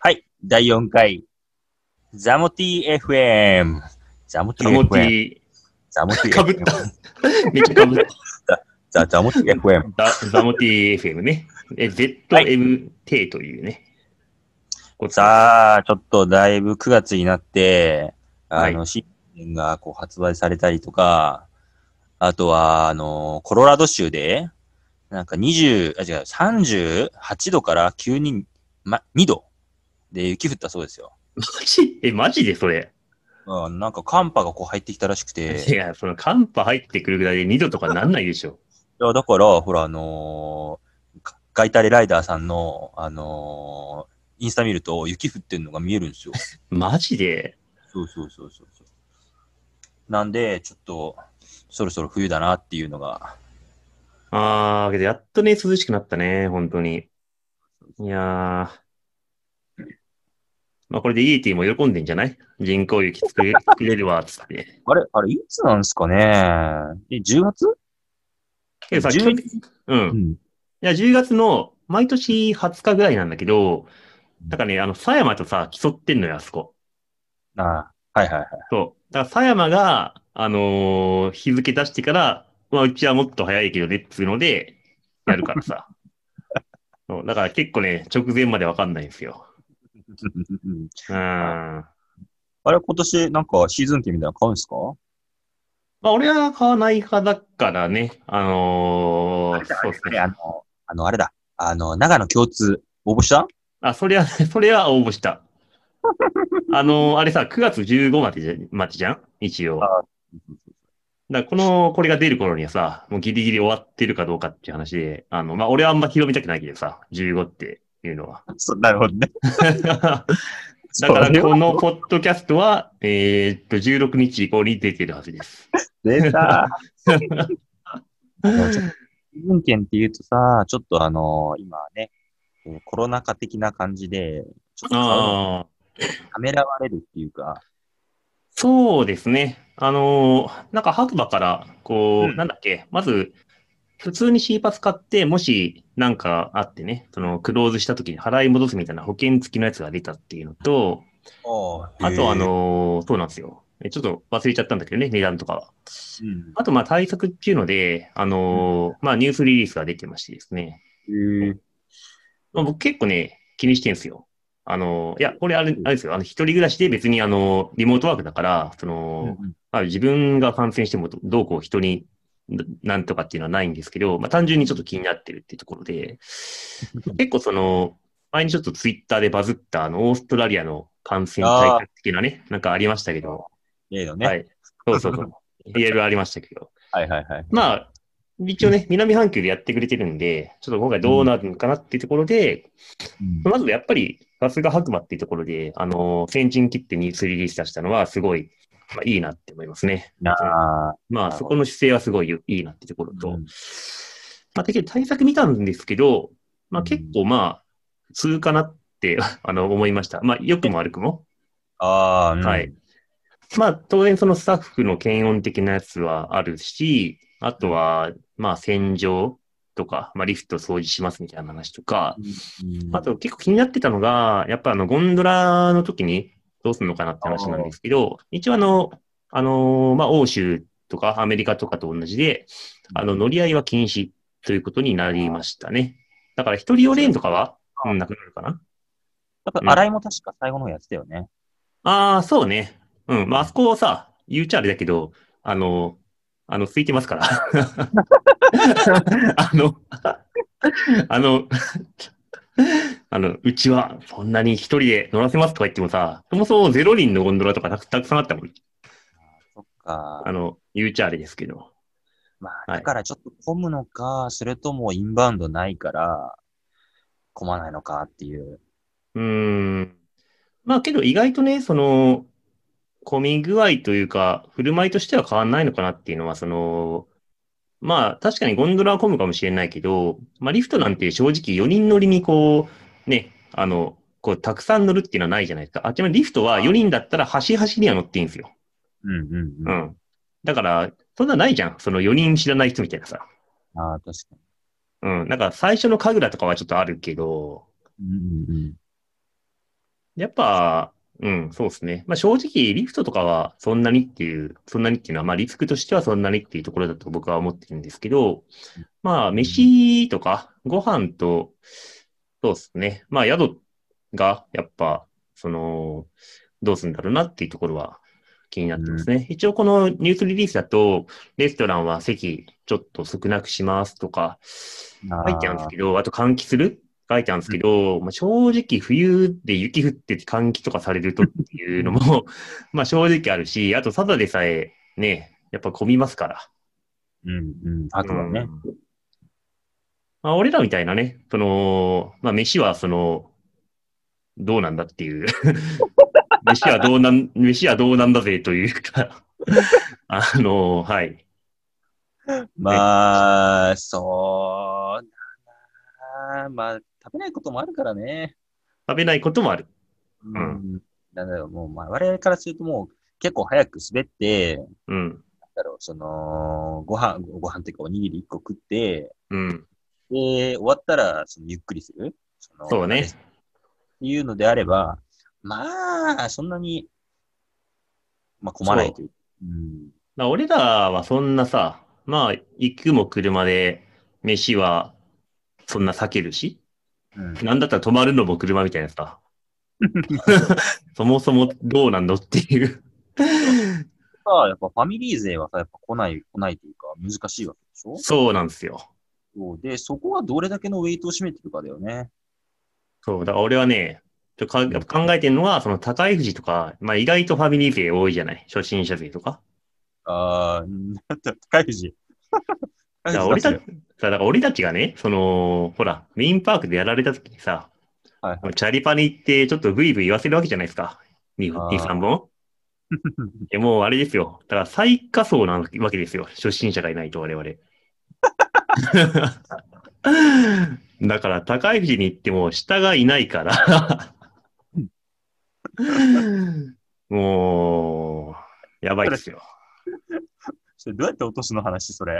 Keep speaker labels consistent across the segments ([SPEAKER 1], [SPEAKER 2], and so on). [SPEAKER 1] はい。第4回。ザモティ FM。ザモテ
[SPEAKER 2] ザ
[SPEAKER 1] ィ
[SPEAKER 2] モテ
[SPEAKER 1] FM。
[SPEAKER 2] ィ、
[SPEAKER 1] ザモティ FM。
[SPEAKER 2] かぶった。 めっちゃかぶっ
[SPEAKER 1] ザザモティ FM。
[SPEAKER 2] た。ザザモティ FM ね。え、ZMT というね。こあ、
[SPEAKER 1] さあ、ちょっとだいぶ9月になって、あの、
[SPEAKER 2] は
[SPEAKER 1] 新品がこう発売されたりとか、あとは、あの、コロラド州で、なんか20、あ、違う、38度から急に、ま、2度で雪降ったそうですよ。
[SPEAKER 2] マジえ、マジでそれ。
[SPEAKER 1] うん、なんか寒波がこう入ってきたらしくて。
[SPEAKER 2] いや、その寒波入ってくるぐらいで2度とかなんないでしょ。
[SPEAKER 1] いや、だから、ほら、あのーかガイタレライダーさんの、あのーインスタ見ると雪降ってるのが見えるんですよ。
[SPEAKER 2] マジで
[SPEAKER 1] そうそうそうそうそう。なんで、ちょっと、そろそろ冬だなっていうのが、
[SPEAKER 2] あー、けどやっとね、涼しくなったね、本当に。いやー。まあこれでイーティも喜んでんじゃない人工雪作れ作れるわ、つって。
[SPEAKER 1] あれ、あれ、いつなんですかねえ、10月
[SPEAKER 2] けどさ、
[SPEAKER 1] 10
[SPEAKER 2] 基本的にうん
[SPEAKER 1] う。ん。
[SPEAKER 2] いや、10月の毎年20日ぐらいなんだけど、だからね、あの、狭山とさ、競ってんのよ、あそこ。
[SPEAKER 1] ああはいはいはい。
[SPEAKER 2] そう。だから狭山が、あのー日付出してから、まあ、うちはもっと早いけどね、っつうので、やるからさ。そう。だから結構ね、直前までわかんないんですよ。うーん。ま
[SPEAKER 1] あれ、今年なんかシーズン券みたいなの買うんですか
[SPEAKER 2] あ、俺は買わない派だからね、あのーそうです
[SPEAKER 1] あれ、あ
[SPEAKER 2] ね。
[SPEAKER 1] の、あの、あれだ。あの、長野共通、応募した
[SPEAKER 2] あ、それは、 それは応募した。あのーあれさ、9月15までじゃまでじゃん一応。だからこの、これが出る頃にはさ、もうギリギリ終わってるかどうかっていう話で、あの、まあ、俺はあんま広めたくないけどさ、15っていう のは。
[SPEAKER 1] そうなるほどね。
[SPEAKER 2] だから、このポッドキャストは、えーっと、16日以降に出てるはずです。
[SPEAKER 1] 出た。文献って言うとさ、ちょっとあの今ね、えーコロナ禍的な感じで、ちょっと
[SPEAKER 2] ああ、
[SPEAKER 1] ためらわれるっていうか、
[SPEAKER 2] そうですね。あのーなんか白馬から、こう、
[SPEAKER 1] うん
[SPEAKER 2] なんだっけ、まず、普通に C パス買って、もしなんかあってね、その、クローズした時に払い戻すみたいな保険付きのやつが出たっていうのと、あと、あ、のーそうなんですよ。えちょっと忘れちゃったんだけどね、値段とかは。
[SPEAKER 1] うん
[SPEAKER 2] あと、まあ、対策っていうので、あのーまあ、ニュースリリースが出てましてですね。まあ、僕結構ね、気にしてんすよ。あのーいや、これあれ、あれですよ。あの、一人暮らしで別に、あのーリモートワークだから、その、まあ、自分が感染してもどどうこう人に、ななんとかっていうのはないんですけど、まあ、単純にちょっと気になってるっていうところ で、結構その、前にちょっとツイッターでバズった、あの、オーストラリアの感染対策的なね、なんかありましたけど、
[SPEAKER 1] 例のね、
[SPEAKER 2] は
[SPEAKER 1] はい、
[SPEAKER 2] い。そうそうそう。 いろいろありましたけど。
[SPEAKER 1] はいはいはい
[SPEAKER 2] まあ、一応ね、南半球でやってくれてるんで、ちょっと今回どうなるのかなっていうところで、まずやっぱり、さすが白馬っていうところで、あのー、先陣切ってに3リリース出したのは、すごい、まあ、いいなって思いますね。
[SPEAKER 1] なあな
[SPEAKER 2] ま
[SPEAKER 1] るほ
[SPEAKER 2] あ、
[SPEAKER 1] ど
[SPEAKER 2] そこの姿勢はすごいよいいなってところと、
[SPEAKER 1] うん
[SPEAKER 2] まあ、だけど対策見たんですけど、まあ、結構まあ、普通かなって、 あの、思いました。まあ、良くも悪くも。
[SPEAKER 1] あー、うん
[SPEAKER 2] はい。。まあ、当然そのスタッフの検温的なやつはあるし、あとは、まあ、洗浄とか、まあ、リフト掃除しますみたいな話とか、
[SPEAKER 1] うん
[SPEAKER 2] あと結構気になってたのが、やっぱあの、ゴンドラの時にどうするのかなって話なんですけど、一応あの、あのーまあ、欧州とかアメリカとかと同じで、あの、乗り合いは禁止ということになりましたね。だから、一人用レーンとかは、うん、なくなるかな。
[SPEAKER 1] だから洗いも確か最後の方やってたよね。
[SPEAKER 2] ああ、そうね。うん。まあ、あそこをさ、言うちゃあれだけど、あの、あの、空いてますから。 あの、あの、あの、うちはそんなに一人で乗らせますとか言ってもさ、そもそもゼロ人のゴンドラとかたくたくさんあったもん。
[SPEAKER 1] そっか。
[SPEAKER 2] あの、言うちゃあれですけど。
[SPEAKER 1] まあ、
[SPEAKER 2] はい
[SPEAKER 1] だからちょっと混むのか、それともインバウンドないから、混まないのかっていう。
[SPEAKER 2] うーん。まあけど意外とね、その、混み具合というか、振る舞いとしては変わんないのかなっていうのは、その、まあ確かにゴンドラは混むかもしれないけど、まあリフトなんて正直4人乗りにこう、ね、あの、こうたくさん乗るっていうのはないじゃないですか。あ、ちなみにリフトは4人だったら端々には乗っていいんですよ。
[SPEAKER 1] うんうん
[SPEAKER 2] う
[SPEAKER 1] うん。
[SPEAKER 2] ん。だから、そんなないじゃん。その4人知らない人みたいなさ。
[SPEAKER 1] ああ、確か
[SPEAKER 2] うん。なんか最初の神楽とかはちょっとあるけど、
[SPEAKER 1] に。うんうんうん。
[SPEAKER 2] やっぱ、うん、そうですね。まあ正直、リフトとかはそんなにっていう、そんなにっていうのは、まあリスクとしてはそんなにっていうところだと僕は思ってるんですけど、まあ飯とかご飯と、そうですね。まあ宿がやっぱ、その、どうするんだろうなっていうところは気になってますね。一応このニュースリリースだと、レストランは席ちょっと少なくしますとか、書いてあるんですけど、あと換気する書いてあるんですけど、まあ、正直冬で雪降ってて換気とかされるとっていうのも、 まあ正直あるし、あとただでさえね、やっぱ混みますから。
[SPEAKER 1] うん、うん。白馬ね。
[SPEAKER 2] うんまあ俺らみたいなね、その、まあ飯はその、どうなんだっていう。 飯はどうなん、飯はどうなんだぜというか、 あの、はい。
[SPEAKER 1] まあ、そうだな。まあ、食べないこともあるからね。
[SPEAKER 2] 食べないこともある。。
[SPEAKER 1] うんなんだろう、もう、まあ、我々からするともう、結構早く滑って、なん
[SPEAKER 2] うん。
[SPEAKER 1] だろう、その、ご飯、ごご飯っていうかおにぎり1個食って、
[SPEAKER 2] うん。
[SPEAKER 1] で、終わったら、その、ゆっくりする。その
[SPEAKER 2] そうね。
[SPEAKER 1] っていうのであれば、まあ、そんなに、まあ、困らないという。うん。
[SPEAKER 2] まあ、俺らはそんなさ、まあ、行くも車で、飯はそんな避けるし、
[SPEAKER 1] うん、
[SPEAKER 2] なんだったら泊まるのも車みたい なさ。そもそもどうなんのっていう。
[SPEAKER 1] さあ、やっぱファミリー勢はさ、やっぱ来ない、来ないというか、難しいわけでしょ
[SPEAKER 2] そうなんですよ。
[SPEAKER 1] そうで、そこはどれだけのウェイトを占めてるかだよね。
[SPEAKER 2] そう、だから俺はね、ちょっとかやっぱ考えてるのは、その高い富士とか、まあ意外とファミリー勢多いじゃない初心者勢とか。
[SPEAKER 1] ああ、なんだ、 高い 藤。高
[SPEAKER 2] だ
[SPEAKER 1] い
[SPEAKER 2] か
[SPEAKER 1] 藤出す
[SPEAKER 2] ら俺たち
[SPEAKER 1] よ、
[SPEAKER 2] だから俺たちがね、その、ほら、メインパークでやられた時にさ、
[SPEAKER 1] はいは
[SPEAKER 2] チャリパに行ってちょっとブイブイ言わせるわけじゃないですか。2、
[SPEAKER 1] あー
[SPEAKER 2] 2 3本。え、もうあれですよ。だから最下層なわけですよ。初心者がいないと我々。 だから高い富士に行っても下がいないから。 もう、やばいですよ。
[SPEAKER 1] それどうやって落とすの話、それ。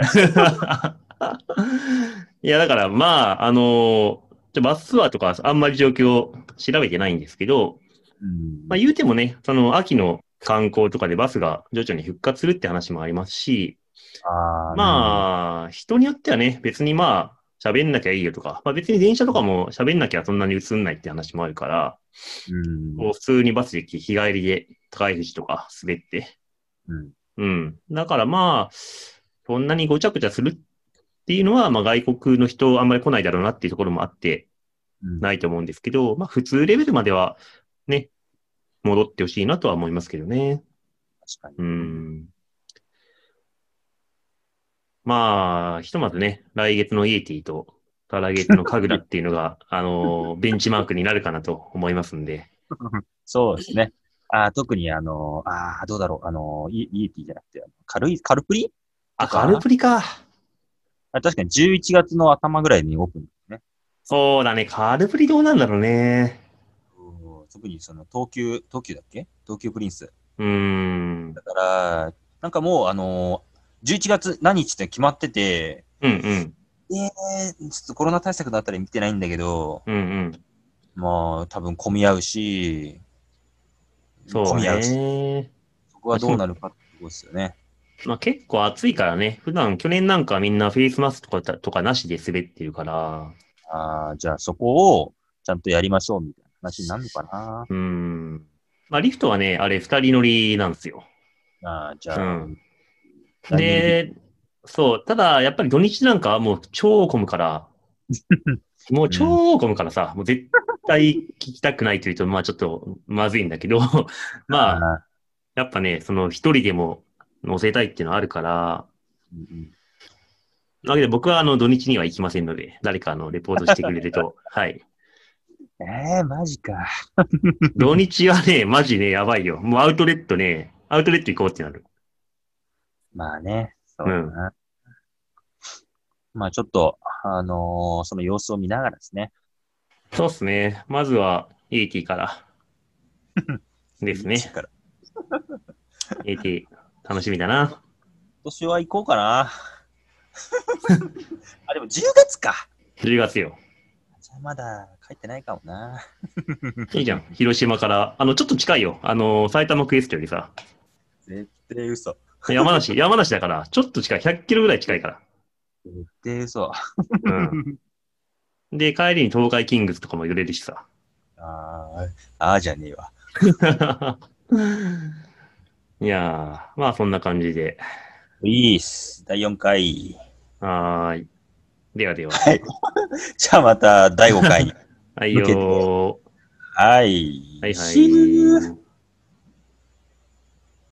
[SPEAKER 2] いや、だからまあ、あのちょバスツアーとかあんまり状況を調べてないんですけど、
[SPEAKER 1] うん
[SPEAKER 2] まあ、言うてもね、その秋の観光とかでバスが徐々に復活するって話もありますし、
[SPEAKER 1] あー
[SPEAKER 2] まあ、人によってはね、別にまあ、喋んなきゃいいよとか、まあ別に電車とかも喋んなきゃそんなに映んないって話もあるから、
[SPEAKER 1] うん
[SPEAKER 2] こう普通にバスで行き、日帰りで高い富士とか滑って、
[SPEAKER 1] うん
[SPEAKER 2] うん。だからまあ、そんなにごちゃごちゃするっていうのは、まあ外国の人あんまり来ないだろうなっていうところもあって
[SPEAKER 1] うん
[SPEAKER 2] ないと思うんですけど、まあ普通レベルまではね、戻ってほしいなとは思いますけどね。
[SPEAKER 1] 確か
[SPEAKER 2] う
[SPEAKER 1] に。
[SPEAKER 2] ん。まあ、ひとまずね、来月のイエティと、再来月のカグラっていう のが、あの、ベンチマークになるかなと思いますんで。
[SPEAKER 1] そうですね。あー特にあのー、ああ、どうだろう、あのー、イイエティじゃなくて、軽い、カルプリ
[SPEAKER 2] あ、ガルプリか。
[SPEAKER 1] あ確かに11月の頭ぐらいにオープンね。
[SPEAKER 2] そうだね、カルプリどうなんだろうね。
[SPEAKER 1] そう特にその東急、東急だっけ東急プリンス。
[SPEAKER 2] うーん。
[SPEAKER 1] だから、なんかもう、あのー、11月何日って決まってて、
[SPEAKER 2] うんうん。
[SPEAKER 1] えー、ちょっとコロナ対策のあたり見てないんだけど、
[SPEAKER 2] うんうん。
[SPEAKER 1] まあ、多分混み合うし、
[SPEAKER 2] そう
[SPEAKER 1] 混み合うし、
[SPEAKER 2] ね。
[SPEAKER 1] そこはどうなるかってとこですよね。
[SPEAKER 2] まあ結構暑いからね。普段、去年なんかみんなフェイスマスクとかとかなしで滑ってるから。
[SPEAKER 1] ああ、じゃあそこをちゃんとやりましょうみたいな話になるのかな。
[SPEAKER 2] うーん。まあリフトはね、あれ二人乗りなんですよ。
[SPEAKER 1] ああ、じ
[SPEAKER 2] う
[SPEAKER 1] ゃあ、
[SPEAKER 2] ん。
[SPEAKER 1] 来年
[SPEAKER 2] で、そう、ただやっぱり土日なんかはもう超混むから、もう超混むからさ、もう絶対聞きたくないというと、まあちょっとまずいんだけど、 まあ、
[SPEAKER 1] ああ、
[SPEAKER 2] やっぱね、その一人でも乗せたいっていうのはあるから、
[SPEAKER 1] うんうん
[SPEAKER 2] なわけで僕はあの土日には行きませんので、誰かあのレポートしてくれると、はい。
[SPEAKER 1] ええー、マジか。
[SPEAKER 2] 土日はね、マジね、やばいよ。もうアウトレットね、アウトレット行こうってなる。
[SPEAKER 1] まあね、そうだな。まあちょっと、あのーその様子を見ながらですね。
[SPEAKER 2] そうっすね。まずは AT から。ですね
[SPEAKER 1] い。つから
[SPEAKER 2] AT、楽しみだな。
[SPEAKER 1] 今年は行こうかな。あ、でも10月か。
[SPEAKER 2] 10月よ。
[SPEAKER 1] じゃまだ帰ってないかもな。
[SPEAKER 2] いいじゃん。広島から。あの、ちょっと近いよ。あの、埼玉クエストよりさ。
[SPEAKER 1] 絶対嘘。
[SPEAKER 2] 山梨、山梨だから、ちょっと近い。100キロぐらい近いから。
[SPEAKER 1] 絶対嘘。
[SPEAKER 2] うん。で、帰りに東海キングスとかも寄れるしさ。
[SPEAKER 1] あーあーじゃねえわ。
[SPEAKER 2] いやー、まあそんな感じで。
[SPEAKER 1] いいっす。第4回。
[SPEAKER 2] はーい。ではでは。
[SPEAKER 1] はい。 じゃあまた第5回に。
[SPEAKER 2] はいよー。
[SPEAKER 1] はい。
[SPEAKER 2] はいは
[SPEAKER 1] See you.
[SPEAKER 2] い。